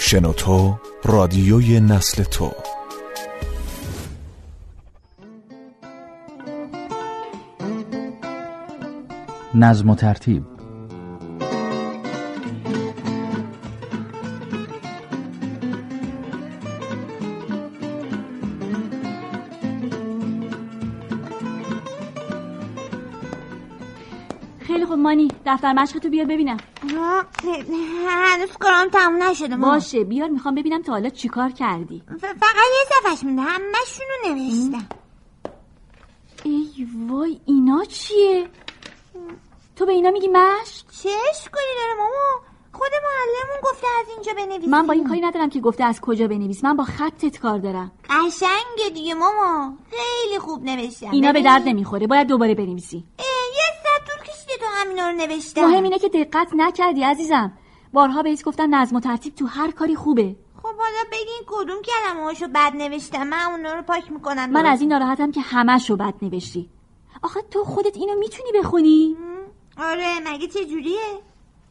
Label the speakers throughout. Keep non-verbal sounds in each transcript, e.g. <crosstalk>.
Speaker 1: شنوتو رادیوی نسل تو
Speaker 2: نظم و ترتیب
Speaker 3: خیلی خوب مانی دفتر مشق تو بیار ببینم
Speaker 4: آه، هنوز کارم تموم نشده ما
Speaker 3: باشه بیار میخوام ببینم تا حالا چیکار کردی
Speaker 4: فقط یه صفحش مونده همشون رو نوشتم
Speaker 3: ای وای اینا چیه تو به اینا میگی مشق
Speaker 4: چه اشکالی داره ماما خود معلمون گفته از اینجا بنویسیم
Speaker 3: من با این کاری ندارم که گفته از کجا بنویس من با خطت کار دارم
Speaker 4: قشنگه دیگه ماما خیلی خوب نوشتم
Speaker 3: اینا به
Speaker 4: ببین.
Speaker 3: درد نمیخوره باید دوباره بنویسی
Speaker 4: اه، یه صد طول کشیده تو همینا رو نوشتم
Speaker 3: مهم اینه که دقت نکردی عزیزم بارها بهت گفتم نظم و ترتیب تو هر کاری خوبه
Speaker 4: خب حالا بگین کدوم کلمه هاشو بد نوشتم من اونا رو پاک میکنم
Speaker 3: من از این ناراحتم که همشو بد نوشتی آخه تو خودت اینو میتونی بخونی
Speaker 4: آره مگه چه جوریه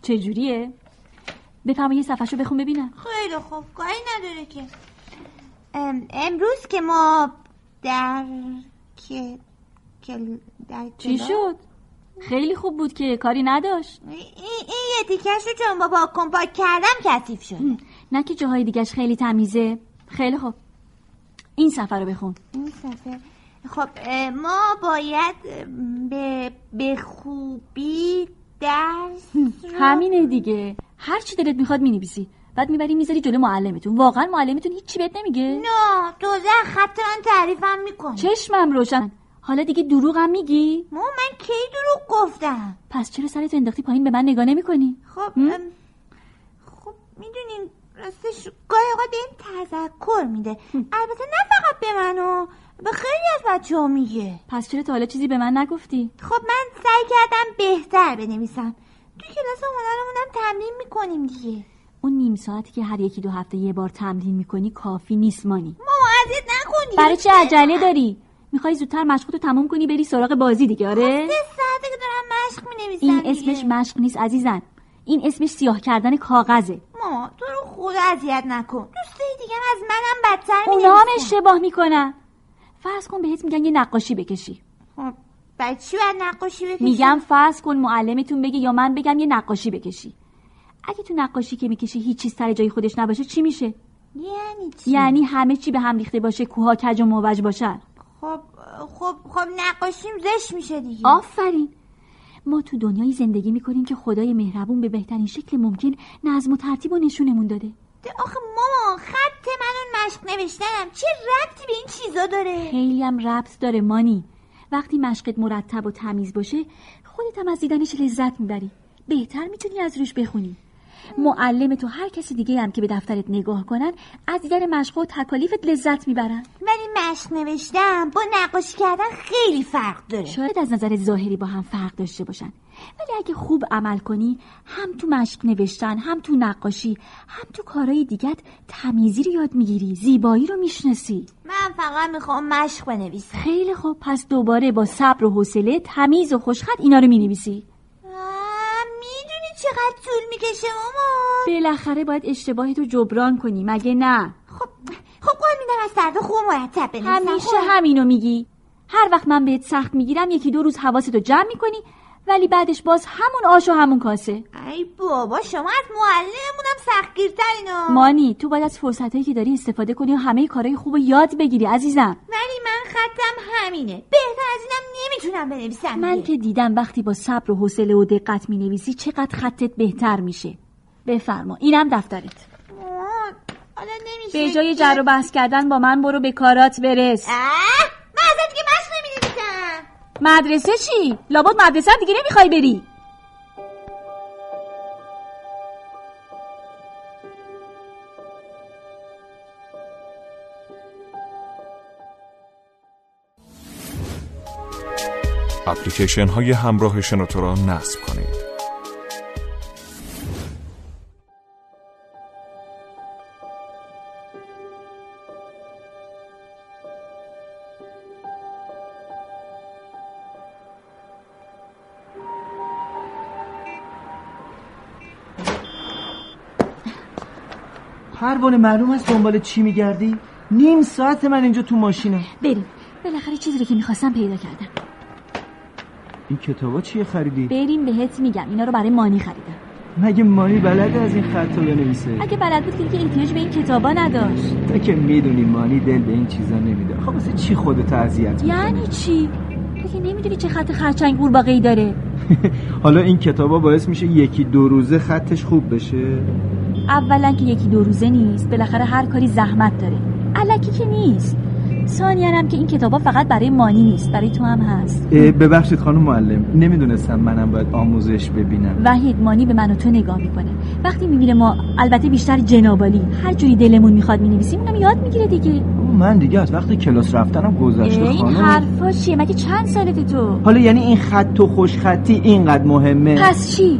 Speaker 3: چجوریه بفرمایید یه صفحهشو بخون ببینم
Speaker 4: خیلی خوب کاری نداره که ام، امروز که ما در که کل- در
Speaker 3: چی
Speaker 4: کلا-
Speaker 3: شد خیلی خوب بود که کاری نداشت
Speaker 4: این این یه تیکش رو چون با پاکن پاک کردم کثیف شد
Speaker 3: نه که جاهای دیگش خیلی تمیزه خیلی خوب این صفحه رو بخون
Speaker 4: این صفحه خب اه، ما باید ام، به, به خوبی درس رو-
Speaker 3: همینه دیگه هر چی دلت میخواد مینویسی بعد میبری میذاری جلو معلمتون واقعا معلمتون هیچی بهت نمیگه
Speaker 4: نه دوزه خط من تعریفم میکنه
Speaker 3: چشمم روشن حالا دیگه دروغم میگی
Speaker 4: ما من کی دروغ گفتم
Speaker 3: پس چرا سرت انداختی پایین به من نگاه نمیکنی
Speaker 4: خب
Speaker 3: هم؟
Speaker 4: ام، خب میدونین راستش گاهی اوقات به این تذکر میده البته نه فقط به من و به خیلی از بچه ها میگه
Speaker 3: پس چرا تا حالا چیزی به من نگفتی
Speaker 4: خب من سعی کردم بهتر بنویسم تو کلاس هنرمونم تمرین میکنیم دیگه
Speaker 3: اون نیم ساعتی که هر یکی دو هفته یه بار تمرین میکنی کافی نیست مانی
Speaker 4: ماما اذیت نکن دیگه
Speaker 3: برای چه عجله داری میخوای زودتر مشقتو تموم کنی بری سراغ بازی دیگه آره
Speaker 4: خب، سه ساعته که دارم مشق مینویسم
Speaker 3: این اسمش مشق نیست عزیزم این اسمش سیاه کردن کاغذه
Speaker 4: ماما تو رو خدا اذیت نکن دوستای دیگه از منم بدتر
Speaker 3: اونا هم
Speaker 4: مینویسن
Speaker 3: اشتباه میکنن فرض کن بهت میگن یه نقاشی بکشی
Speaker 4: خب بعد چی باید نقاشی بکشم
Speaker 3: میگم فرض کن معلمتون بگه یا من بگم یه نقاشی بکشی اگه تو نقاشی که میکشی هیچ چیز سر جای خودش نباشه چی میشه
Speaker 4: یعنی چی
Speaker 3: یعنی همه چی به هم ریخته باشه کوها کج و موج باشن
Speaker 4: خب خب خب نقاشیم زش میشه دیگه
Speaker 3: آفرین ما تو دنیای زندگی میکنیم که خدای مهربون به بهترین شکل ممکن نظم و ترتیب و نشونمون داده
Speaker 4: آخه ماما خط من اون مشق نوشتنم چه ربطی به این چیزا داره
Speaker 3: خیلی هم ربط داره مانی وقتی مشقت مرتب و تمیز باشه خودت هم از دیدنش لذت میبری بهتر میتونی از روش بخونی معلم تو هر کسی دیگه هم که به دفترت نگاه کنن از دیدن مشق و تکالیفت لذت میبرن
Speaker 4: ولی مشق نوشتم با نقاشی کردن خیلی فرق داره
Speaker 3: شاید از نظر ظاهری با هم فرق داشته باشن ولی اگه خوب عمل کنی هم تو مشق نوشتن هم تو نقاشی هم تو کارهای دیگت تمیزی رو یاد میگیری زیبایی رو میشناسی
Speaker 4: من فقط میخوام مشق بنویسم
Speaker 3: خیلی خوب پس دوباره با صبر و حوصله تمیز و خوشخط اینا رو مینویسی
Speaker 4: آه، میدونی چقدر طول میکشه ماما
Speaker 3: بالاخره باید اشتباهتو جبران کنی مگه نه
Speaker 4: خب خب قول میدم از سردا خوب مرتب بنویسم
Speaker 3: همیشه
Speaker 4: خب.
Speaker 3: همینو میگی هر وقت من بهت سخت میگیرم یکی دو روز حواستو جمع میکنی ولی بعدش باز همون آش و همون کاسه
Speaker 4: ای بابا شما از معلممونم سختگیرترینو
Speaker 3: مانی تو باید از فرصتهایی که داری استفاده کنی و همه کارهای خوب رو یاد بگیری عزیزم
Speaker 4: ولی من خطم همینه بهتر از اینم نمیتونم بنویسم
Speaker 3: من
Speaker 4: دیگه.
Speaker 3: که دیدم وقتی با صبر و حوصله و دقت مینویسی چقدر خطت بهتر میشه بفرما اینم دفترت
Speaker 4: آه، خب، حالا نمیشه
Speaker 3: به جای
Speaker 4: که-
Speaker 3: جر و بحث کردن با من برو به کارات برس
Speaker 4: اه، من ازت دیگه مشق نمی‌نویسم.
Speaker 3: مدرسه چی لابد مدرسه هم دیگه نمیخوای بری
Speaker 1: اپلیکیشن های همراه شنوتو را نصب کنید
Speaker 5: پروانه معلوم است دنبال چی میگردی نیم ساعت من اینجا تو ماشینم
Speaker 3: بریم بالاخره چیزی رو که میخواستم پیدا کردم
Speaker 5: این کتابا چیه خریدی
Speaker 3: بریم بهت میگم اینا رو برای مانی خریدم
Speaker 5: مگه مانی بلد از این خطا بنویسه
Speaker 3: اگه بلد بود که دیگه احتیاج به این کتابا نداشت
Speaker 5: تو که میدونی مانی دل به این چیزا نمیده خب واسه چی خودت اذیت می‌کنی؟
Speaker 3: یعنی چی تو که نمیدونی چه خط خرچنگ قورباغه‌ای داره
Speaker 5: حالا این کتابا باعث میشه یکی دو روزه خطش خوب بشه
Speaker 3: اولا که یکی دو روزه نیست بالاخره هر کاری زحمت داره علکی که نیست ثانیا هم که این کتابا فقط برای مانی نیست برای تو هم هست
Speaker 5: اه، ببخشید خانم معلم نمیدونستم منم باید آموزش ببینم
Speaker 3: وحید مانی به من و تو نگاه میکنه وقتی میبینه ما البته بیشتر جنابالی هر جوری دلمون میخواد مینویسیم اونم یاد میگیره دیگه
Speaker 5: بابا، من دیگه از وقت کلاس رفتنم گذشته
Speaker 3: این
Speaker 5: خانم
Speaker 3: حرفا چیه مگه چند سالته تو
Speaker 5: حالا یعنی این خط و خوشخطی اینقدر مهمه
Speaker 3: پس چی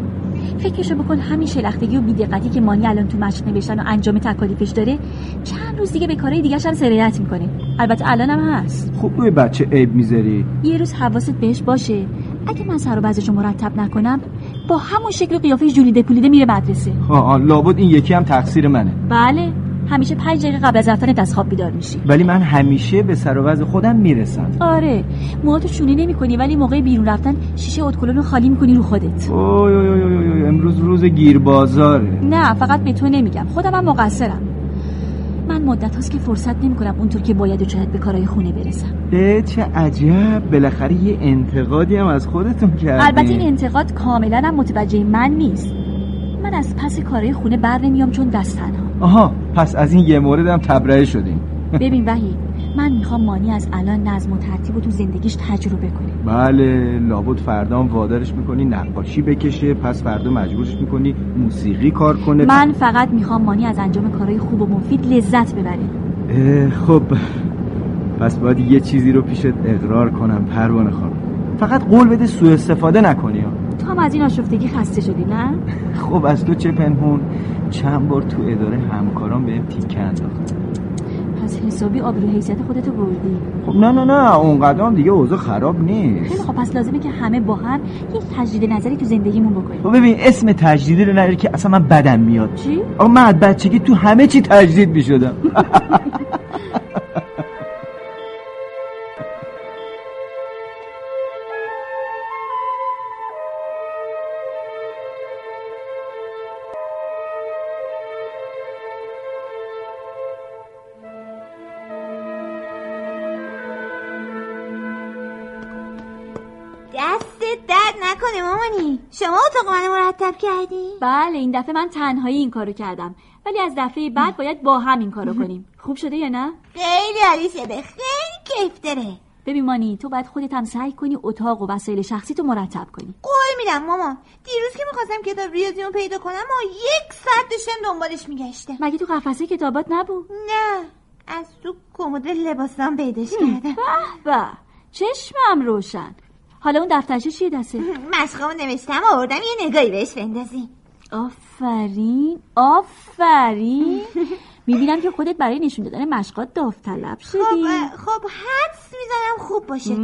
Speaker 3: فکرشو بکن همین شلختگی و بیدقتی که مانی الان تو مشق نوشتن و انجام تکالیفش داره چند روز دیگه به کارهای دیگه هم سرایت میکنه البته الانم هست
Speaker 5: خوب روی بچه عیب میذاری
Speaker 3: یه روز حواست بهش باشه اگه من سر و وضعشو مرتب نکنم با همون شکل و قیافه جولیده پولیده میره مدرسه
Speaker 5: آه لابد این یکی هم تقصیر منه
Speaker 3: بله همیشه پنج دقیقه قبل از رفتنت از خواب بیدار میشی
Speaker 5: ولی من همیشه به سر و وضع خودم میرسم
Speaker 3: آره موهاتو شونه نمیکنی ولی موقع بیرون رفتن شیشه اتکلون رو خالی میکنی رو خودت
Speaker 5: اوی اوی اوی اوی اوی، امروز روز گیربازاره
Speaker 3: نه فقط به تو نمیگم خودم هم مقصرم من مدت هاست که فرصت نمیکنم اونطور که باید و شاید به کارهای خونه برسم
Speaker 5: اه، چه عجب بالاخره یه انتقادی هم از خودتون کردین
Speaker 3: البته این انتقاد کاملا هم متوجه من نیست من از پس کارهای خونه بر نمیام چون دست تنها
Speaker 5: آها پس از این یه موردم تبرئه شدیم
Speaker 3: ببین وحید من میخوام مانی از الان نظم و ترتیب رو تو زندگیش تجربه کنه
Speaker 5: بله لابد فردا هم وادارش میکنی نقاشی بکشه پس فردا مجبورش میکنی موسیقی کار کنه
Speaker 3: من فقط میخوام مانی از انجام کارهای خوب و مفید لذت ببره
Speaker 5: اه، خب پس باید یه چیزی رو پیشت اقرار کنم پروانه خانم فقط قول بده سوء استفاده نکنی ها.
Speaker 3: تو هم از این آشفتگی خسته شدی نه
Speaker 5: خب از تو چه پنهون چند بار تو اداره همکاران بهم تیکه انداختن
Speaker 3: پس حسابی آبرو حیثیت خودتو بردی
Speaker 5: خب نه نه نه اونقدر هم دیگه اوضاع خراب
Speaker 3: خیلی
Speaker 5: نیست
Speaker 3: خب پس لازمه که همه با هم یک تجدید نظری تو زندگیمون بکنیم
Speaker 5: خب ببین اسم تجدیدی رو نری که اصلا من بدم میاد
Speaker 3: چی
Speaker 5: آقا من از بچگی تو همه چی تجدید میشدم
Speaker 4: دست درد نکنه مامانی شما اتاق من مرتب کردی؟
Speaker 3: بله این دفعه من تنهایی این کارو کردم ولی از دفعه بعد باید با هم این کارو کنیم خوب شده یا نه
Speaker 4: خیلی عالی شده خیلی کیف داره
Speaker 3: ببین مانی تو باید خودت هم سعی کنی اتاق و وسایل شخصی تو مرتب کنی
Speaker 4: قول میدم مامان دیروز که میخواستم کتاب ریاضی رو پیدا کنم و یک ساعت داشتم دنبالش میگشتم
Speaker 3: مگه تو قفسه کتابات نبود
Speaker 4: نه از تو کمد لباسام پیداش کردم
Speaker 3: به به چشمم روشن حالا اون دفترچه چیه دسته
Speaker 4: مشقامو نوشتم آوردم یه نگاهی بهش بندازیم
Speaker 3: آفرین آفرین میبینم که خودت برای نشون دادن مشقات داوطلب
Speaker 4: خب
Speaker 3: شدی
Speaker 4: اه، خب حدس میزنم خوب باشه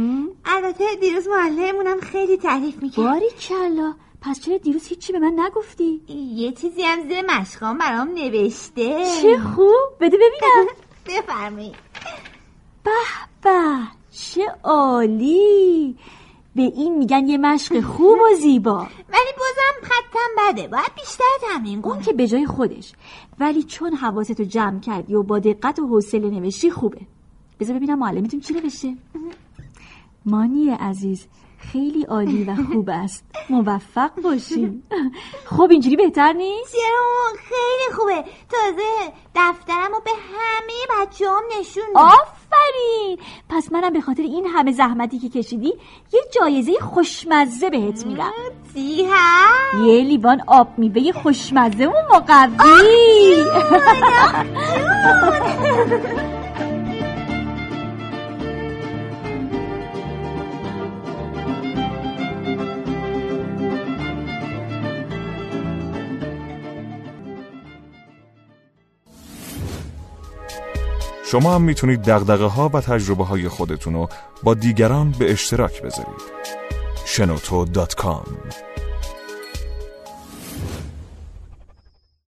Speaker 4: البته دیروز معلممونم خیلی تعریف میکرد
Speaker 3: باری کلا پس چرا دیروز هیچی به من نگفتی
Speaker 4: یه چیزی هم زیر مشقام برام نوشته
Speaker 3: چه خوب بده ببینم
Speaker 4: <laughs> بفرمایید
Speaker 3: به به چه عالی به این میگن یه مشق خوب و زیبا
Speaker 4: ولی بازم خطم بده باید بیشتر تمرین
Speaker 3: اون
Speaker 4: کنم
Speaker 3: که به جای خودش ولی چون حواستو جمع کردی و با دقت و حوصله نوشتی خوبه بذار ببینم معلمتون چی نوشته مانی عزیز خیلی عالی و خوب است موفق باشی خب اینجوری بهتر نیست
Speaker 4: چرا خیلی خوبه تازه دفترم رو به همه بچه هم نشون
Speaker 3: آفرین پس منم به خاطر این همه زحمتی که کشیدی یه جایزه خوشمزه بهت میدم
Speaker 4: چی هست
Speaker 3: یه لیوان آب میوه خوشمزه و مقوی
Speaker 1: شما هم میتونید دقدقه ها و تجربه های خودتون رو با دیگران به اشتراک بذارید شنوتو.com